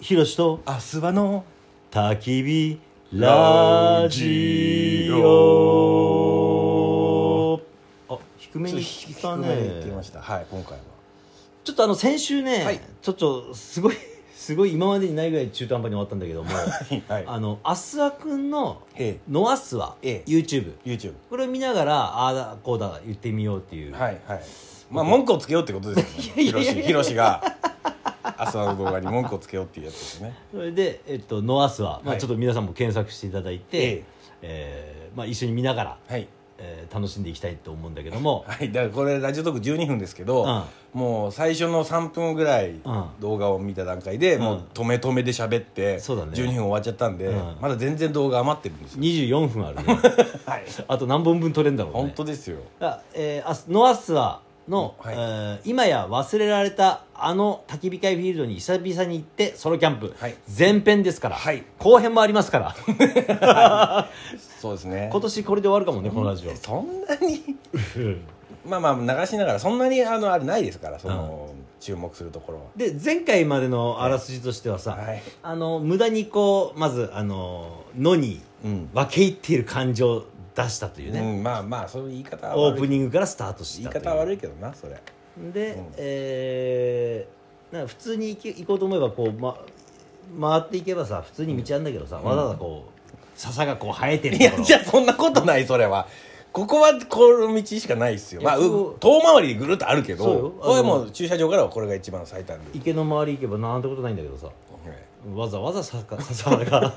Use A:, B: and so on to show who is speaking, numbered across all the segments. A: ひろしと
B: 明日はの
A: 焚き火ラジオあ低めに来たね
B: 行きましたはい今回は
A: ちょっとあの先週ね、
B: はい
A: ちょっとすごい すごい今までにないぐらい中途半端に終わったんだけども
B: はいはい
A: あのアスワくんの
B: え
A: 「ノアスワ」
B: ええ
A: YouTube
B: え YouTube
A: これを見ながらああだこうだ言ってみようっていう、
B: はいはいまあ文句をつけようってことですよね
A: い
B: ひ
A: や
B: ろ
A: いやいや
B: し
A: いや
B: ひろしが朝の動画に文句をつけようっていうやつです ね
A: それで、えっと、ノアスワ、ま
B: は
A: あ、
B: い
A: ちょっと皆さんも検索していただいて、
B: ええ
A: えーまあ、一緒に見ながら、
B: はい
A: えー楽しんでいきたいと思うんだけども、
B: はいだからこれラジオトーク12分ですけど、
A: うん
B: もう最初の3分ぐらい
A: ん
B: 動画を見た段階で、
A: うん
B: もう止め止めで喋って、
A: そうだね
B: 12分終わっちゃったんで、
A: うん
B: まだ全然動画余ってるんですよ、
A: 24分ある ね
B: はい、
A: あと何本分撮れんだろうね
B: 本当ですよ
A: あえーあノアスワの、
B: はい
A: えー今や忘れられたあの焚き火会フィールドに久々に行ってソロキャンプ」
B: はい
A: 前編ですから、
B: はい
A: 後編もありますから
B: そうですね
A: 今年これで終わるかもねこのラジオ
B: えそんなにまあまあ流しながらそんなにあのあれないですからその、注目するところは
A: で前回までのあらすじとしてはさ、
B: はい
A: あの無駄にこうまずあの野に
B: うん、
A: 分け入っている感情を出したというね、
B: うん、まあまあそういう言い方は
A: オ
B: 悪い
A: ープニングからスタートし
B: 言い
A: たという
B: 方は悪いけどなそれ
A: で、
B: うん
A: えーなんか普通に行け行こうと思えばこう、ま、回っていけばさ普通に道あんだけどさ、わざわざこう笹がこう生えてる
B: い
A: とこ
B: や
A: ろ
B: じゃあそんなことないそれはここはこの道しかないっすよまあ
A: いやそう
B: う遠回りぐるっとあるけ
A: そうよあの
B: どこれはもう駐車場からはこれが一番最短で
A: 池の周り行けばなんてことないんだけどさ
B: はい
A: わざわざ笹 が笹が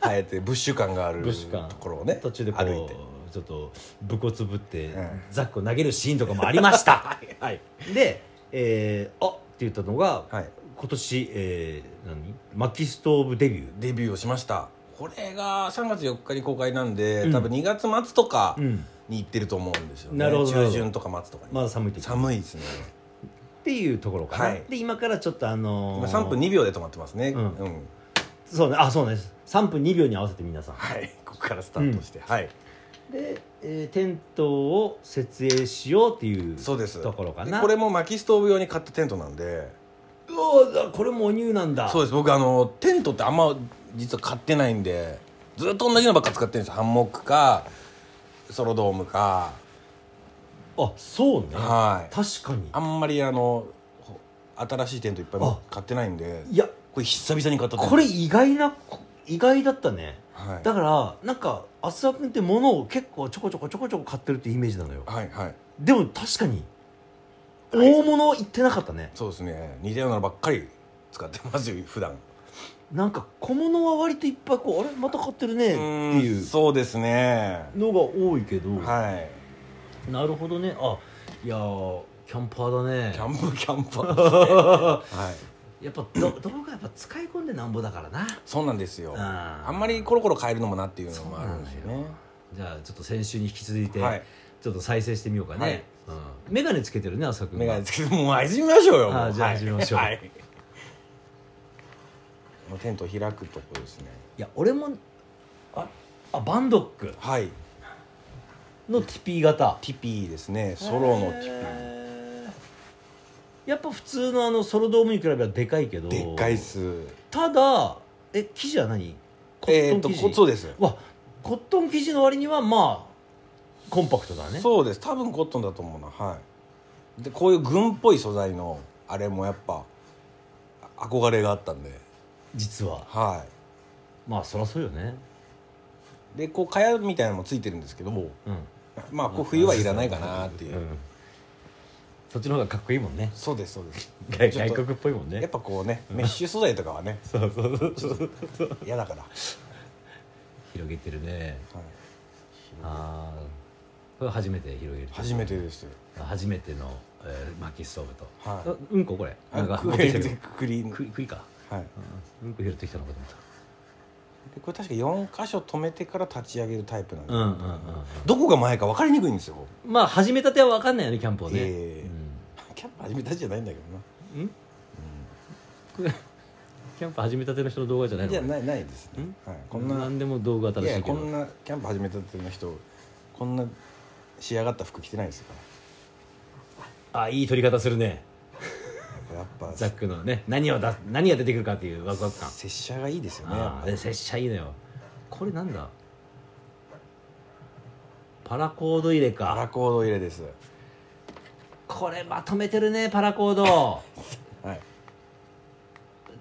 B: 生えてブッシュ感がある
A: ブッシュ感
B: ところをね
A: 途中でこ
B: 歩いて
A: うちょっと武骨ぶって、
B: うん
A: ザックを投げるシーンとかもありました
B: はい
A: で、えーあって言ったのが、
B: はい
A: 今年、えー何薪ストーブデビュー
B: デビューをしましたこれが3月4日に公開なんで、多分2月末とか
A: うん
B: に行ってると思うんですよね、
A: なるほどなるほ
B: 中
A: ど
B: 旬とか末とかに、
A: まだ寒い時
B: 寒いですね
A: っていうところかな、
B: はい
A: で今からちょっとあの
B: 今
A: ー、
B: 3分2秒で止まってますね
A: う
B: うんん、
A: そうねあそうね3分2秒に合わせて皆さん
B: はい ここからスタートして、はい
A: で、えーテントを設営しようっていう
B: そうです
A: ところか
B: で
A: な
B: これも薪ストーブ用に買ったテントなんで
A: うわこれもお乳なんだ
B: そうです僕あのテントってあんま実は買ってないんでずっと同じのばっか使ってるんですよハンモックかソロドームか
A: あそうね
B: はい
A: 確かに
B: あんまりあのほ新しいテントいっぱいも買ってないんで
A: いや
B: これ久々に買ったテント
A: これ意外な意外だったね
B: はい
A: だからなんか厚田君って物を結構ちょこちょこちょこちょこ買ってるってイメージなのよ
B: はいはい
A: でも確かに
B: はい
A: 大物言ってなかったね
B: そうですね似たようなのばっかり使ってますよ普段
A: なんか小物は割といっぱいこうあれまた買ってるねっていう
B: そうですね
A: のが多いけど、
B: はい
A: なるほどねあいやーキャンパーだね
B: キャンプ キャ ンパーはい
A: やっぱど 動画やっぱ使い込んでなんぼだからな
B: そうなんですよ
A: あ
B: あ
A: ー
B: んまりコロコロ変えるのもなっていうのもあるんですよ
A: そうな
B: ね
A: じゃあちょっと先週に引き続いて、
B: はい
A: ちょっと再生してみようかね、
B: はい
A: うん、メガネつけてるね浅くん
B: メガネつけてもう 始めましょうよ
A: あー
B: もう
A: じゃあ
B: はい
A: 始めましょう
B: はいこのテント開くとこですね
A: いや俺もああバンドック
B: はい
A: のティピー型
B: ティピーですねソロのティ
A: へーやっぱ普通のあのソロドームに比べればでかいけど
B: ピーでっかいっす
A: ただえ生地は何コ
B: え
A: ット
B: ー
A: ン
B: と
A: 生地、
B: こそうです
A: わコットン生地の割にはまあコンパクトだね
B: そうです多分コットンだと思うなはいでこういう軍っぽい素材のあれもやっぱあ憧れがあったんで
A: 実は
B: は
A: まあそりゃそうよね
B: いでこう蚊帳みたいなのもついてるんですけど
A: うん
B: まあこう冬はいらないかなっていう、
A: んそっちの方がかっこいいもんね
B: そうですそうです
A: 外
B: ちょっ
A: 外
B: と
A: 国っぽいもん
B: やっ
A: ね
B: ぱこうねメッシュ素材とかはね
A: そうそうそうそう
B: 嫌だから、はい、
A: 広げてるねああこれ初めて広げる
B: 初めてですよ
A: 初めての、えー、薪ストーブと、
B: はい
A: あうんここれ
B: あ
A: なんか
B: ク
A: 持ってきた けど
B: クリーン
A: くいくいか
B: はい
A: うんうんこ拾ってきたのかと思った
B: でこれ確か4箇所止めてから立ち上げるタイプなんで、
A: うんうんうん
B: どこが前か分かりにくいんですよ
A: まあ始めたては分かんないよねキャンプをね、
B: ええ キャンプ始めたじゃないんだけどな
A: うん、ん、これ キャンプ始めたての人の動画じゃないの
B: じゃあ
A: い
B: ないないですね
A: ん、
B: はい、
A: こ
B: こ
A: ん
B: ん
A: な
B: な
A: 何でも動画新
B: い
A: しい
B: や
A: け
B: こ
A: ど
B: んなキャンプ始めたっての人こんな仕上がった服着てないですか
A: あいい撮り方するね
B: らやっぱ
A: ザックのね何をだ何が出てくるかっていうワクワク感
B: 拙者がいいですよねや
A: あ
B: っ
A: あ
B: ぱり
A: で拙者いいのよこれなんだパラコード入れ
B: アラ
A: か
B: コード入れです
A: これまとめてるねパラコード
B: はい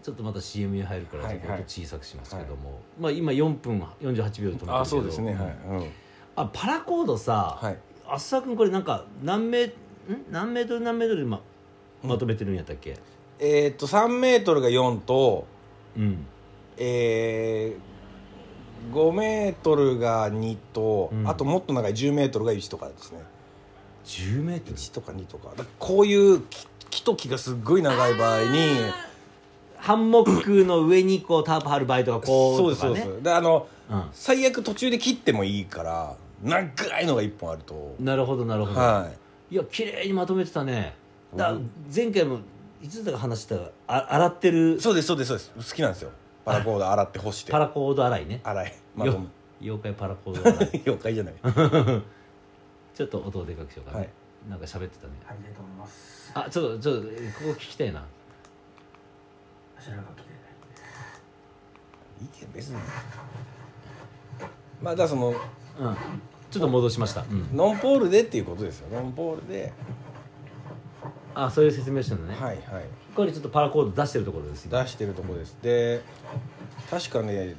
A: ちょっとまた CM に入るから
B: は
A: ち
B: い
A: ょっ
B: はい
A: と音小さくしますけども、まあ今4分48秒で止めてるけど
B: あそうですねはい、うん
A: あパラコードさ、
B: はい
A: あっさくんこれなんか何メん何メートル何メートルでままとめてるんやったっけ
B: えーっと3メートルが4と
A: うん
B: えー、5メートルが2と、
A: うん
B: あともっと長い10メートルが1とかですね
A: 10メートル
B: 1とか2とかだからこういう木木と木がすっごい長い場合に
A: ハンモックの上にこうタープ張る場合とかこ
B: そう
A: うと
B: です
A: か
B: そう
A: ね
B: ですであの
A: うん
B: 最悪途中で切ってもいいから長いのが1本あると
A: なるほどなるほど、
B: はい
A: い、や綺麗にまとめてたねだ
B: うん
A: 前回もいつだか話したあ洗ってる
B: そうですそうですそうです好きなんですよパラコード洗って干して
A: パラコード洗いね
B: 洗いまと
A: よ
B: め
A: 妖怪パラコード洗 い
B: 妖怪じゃない
A: ちょっと音をでかくしようかね、
B: はい
A: なんか喋ってたね
C: 入りたいと思います
A: あちょっとちょっとここ聞きたいな
C: 知らなかったけ
B: いいけど別に まあだからその
A: うんちょっと戻しました、うん、
B: ノンポールでっていうことですよノンポールで
A: あそういう説明をしてるのね、
B: はいはい
A: これちょっとパラコード出してるところです今
B: 出してるとこですで確かね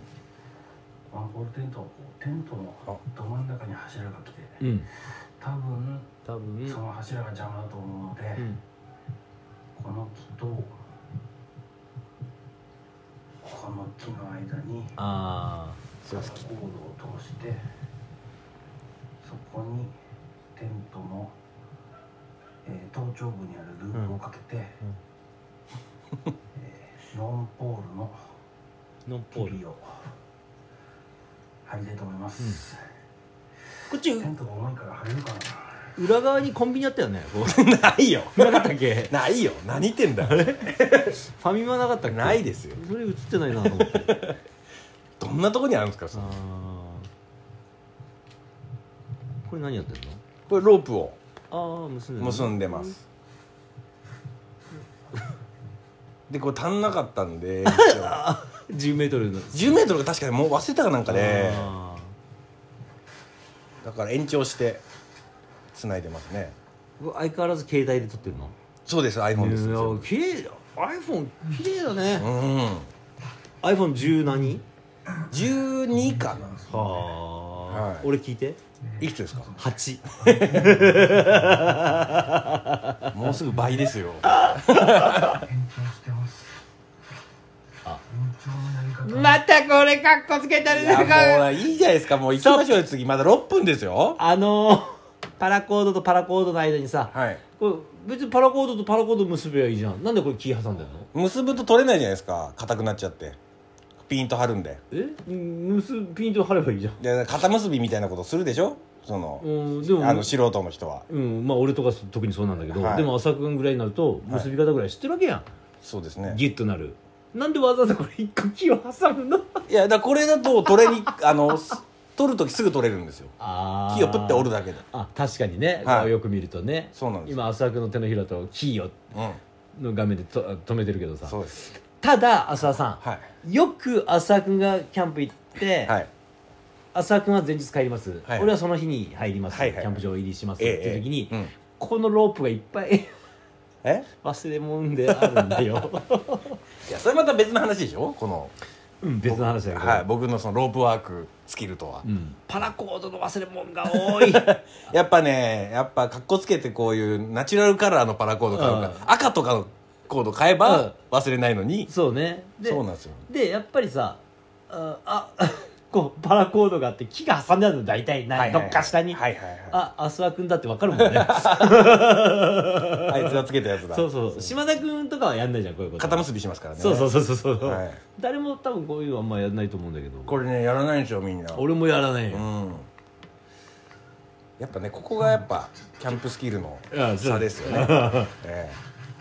C: ワンポールテントをテントのど真ん中に柱が来て
A: うん
C: 多分
A: 多分
C: その柱が邪魔だと思うので、
A: うん
C: この木とこの木の間に
A: あ
C: サラコードを通してそこにテントの、えー頭頂部にあるループをかけて、えーノンポールの
A: ーノンポ
C: ポ
A: ール
C: リを張りたいと思います、
A: こっち
C: テントが重いから張れるかな
A: 裏側にコンビニあったよねこう
B: ないよ
A: なかったっけ
B: ないよ何言ってんだ
A: ファミマなかったっけ
B: ないですよ
A: それ映って ないなと思って
B: どんなとこにあるんですかその
A: あーこれ何やってる
B: これロープを
A: のああ結んでる
B: 結んでますでこれ足んなかったん で
A: 10メートルの
B: 10メートルが確かにもう忘れたかなんかで
A: あ
B: だから延長して繋いでますね
A: ーうわ相変わらず携帯で撮ってるの
B: そうです iPhone です
A: い
B: 全
A: や
B: 部
A: 綺麗だ iPhone 綺麗だね、
B: うん
A: iPhone10 何
B: 12かな
A: はあ、
B: はい
A: 俺聞いて
B: いくつですか
A: 8
B: もうすぐ倍ですよ
C: 延長してます
A: あ
C: 延長のやり方
A: またこれカッコつけた
B: いやもういいじゃないですかもう行きましょうよ次まだ6分ですよ
A: あのー、パラコードとパラコードの間にさ、
B: はい
A: これ別にパラコードとパラコード結べばいいじゃんなんでこれ木挟んでんの
B: 結ぶと取れないじゃないですか硬くなっちゃってピンと張るんで
A: え結ピンと張ればいいじゃん
B: で肩結びみたいなことするでしょその,、
A: うんでも
B: あの素人の人は
A: うんまあ俺とか特にそうなんだけど、
B: はい
A: でも浅くんぐらいになると結び方ぐらい知ってるわけやん、
B: そうですね
A: ギュッとなるなんでわざわざこれ一個木を挟むの
B: いやだからこれだと取れに あのす取る時すぐ取れるんですよ
A: あ
B: 木をプッて折る
A: だ
B: だけで
A: あ確かにね、
B: はい
A: こうよく見るとね
B: そうなんです
A: 今浅くんの手のひらと木を
B: うん
A: の画面でと止めてるけどさ
B: そうです
A: ただ浅田さ
B: は
A: んよく浅くんがキャンプ行って、
B: いはい
A: 浅くんは前日帰ります、
B: はい
A: 俺はその日に入ります、
B: はいはい
A: キャンプ場入りします、
B: ええ
A: っていう時に、
B: ええうん
A: ここのロープがいっぱい
B: え
A: 忘れ物であるんだ よ
B: いやそれまた別の話でしょこの
A: うん別の話だけど、
B: はい僕のそのロープワークスキルとは、
A: うんパラコードの忘れ物が多い
B: やっぱねやっぱかっこつけてこういうナチュラルカラーのパラコード買うか、
A: う
B: 赤とかのコード買え
A: うん
B: ば忘れないのに、
A: そうねで
B: そうなんですよ
A: でやっぱりさああ こうパラコードがあって木が挟んであるの大体な、
B: はいはいはい
A: どっか下に、
B: はいはいはい
A: あ浅田くんだってわかるもん ね
B: あいつがつけたやつだ
A: そうそうそう島田くんとかはやんないじゃんこういうこと
B: 肩結びしますからね
A: そうそうそうそうそう、
B: はい
A: 誰も多分こういうのあんまやんないと思うんだけど
B: これねやらないんですよみんな
A: 俺もやらないよ、
B: うんやっぱねここがやっぱキャンプスキルの
A: うんそう
B: 差ですよね、 え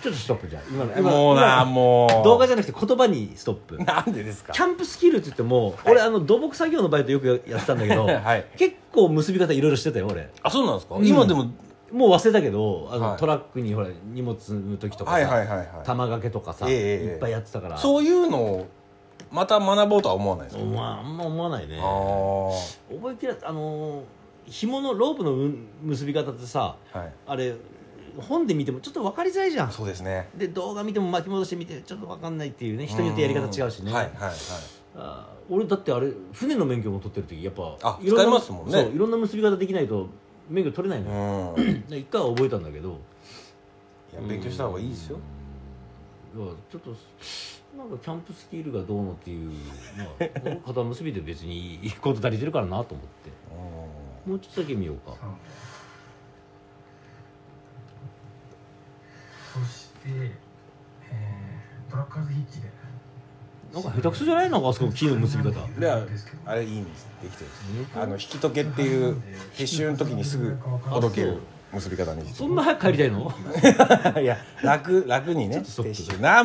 A: ちょっとストップじゃん今の
B: えもうな
A: 今
B: もう
A: 動画じゃなくて言葉にストップ
B: なんでですか
A: キャンプスキルって言っても、俺あの土木作業のバイトよくやってたんだけど、
B: はい
A: 結構結び方いろいろしてたよ俺
B: あそうなんですか、
A: うん
B: 今でも
A: もう忘れたけどあの、
B: はい
A: トラックにほら荷物積む時とかさ、
B: はいはいはいは
A: 玉掛けとかさ、
B: ええええ
A: いっぱいやってたから
B: いそういうのをまた学ぼうとは思わないですか、
A: お前あんま思わないね
B: ああ
A: 覚えきらあのー紐のロープのうん結び方ってさ
B: はい
A: あれ本で見てもちょっと分かりづらいじゃん
B: そうですね
A: で動画見ても巻き戻して見てちょっと分かんないっていうね人によってやり方違うしね、
B: んはいはいはい
A: あー俺だってあれ船の免許も取ってる時やっぱ
B: あ
A: いろんな
B: 使えますもんね
A: そういろんな結び方できないと免許取れないのよ、
B: うんい
A: で一回は覚えたんだけど
B: や勉強した方がいいですよ
A: いやちょっとなんかキャンプスキルがどうのっていう、まあ、俺肩結びで別にいいこと足りてるからなと思ってもうちょっとだけ見ようか
C: 三本そして、えー、トラッカーズヒッチで
A: なんか下手くそじゃないのかあそこの木の結び方
B: うんではあれいいんですできてるあの引き解けっていう必修の時にすぐほどける結び方に
A: そんな早く帰りたい の
B: いや楽楽にね
A: ちょっとストップ
B: 撤収な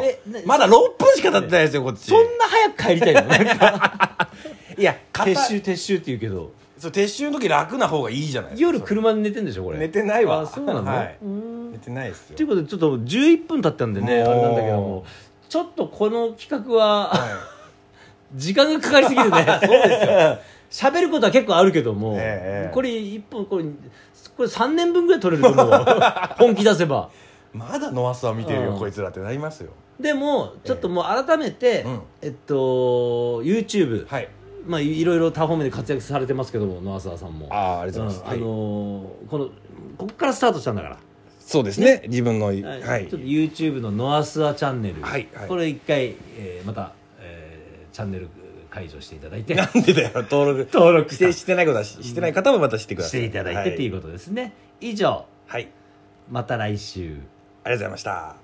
A: え
B: う
A: な
B: まだ6分しか経ってないですよこっち
A: そんな早く帰り たいのなんか
B: いや硬い
A: 撤収撤収って言うけど
B: そう撤収の時楽な方がいいじゃないですか
A: 夜車で寝てんでしょこれ
B: 寝てないわ
A: あそうなの、
B: はい
A: うん
B: 寝てないですよ
A: ということでちょっと11分経ったんでね
B: もう
A: あれなんだけどもちょっとこの企画は
B: はい
A: 時間がかかりすぎる ねそうです よ喋ることは結構あるけども、
B: ええ
A: これ1本これこれ3年分ぐらい取れると思 う本気出せば
B: まだノアスは見てる
A: う
B: よ
A: ん
B: こいつらってなりますよ
A: でもちょっともう改めて、え
B: えうん
A: っと YouTube、
B: はい
A: まあ、いろいろ多方面で活躍されてますけどもノアスワさんも
B: ああありが
A: う
B: と
A: ん
B: う
A: あの
B: ございます、はい
A: ーこのここからスタートしたんだから
B: そうですね自分のはい
A: はい
B: はい
A: ちょっと YouTube のノアスアチャンネル、
B: はいはい
A: これ一回、えーまた、えーチャンネル解除していただいて
B: なんでだよ 登録
A: 登録
B: し
A: して
B: てしてないことはししてない方もまたしてください
A: いただいてっていうことですね、以上
B: はいはい
A: また来週
B: ありがとうございました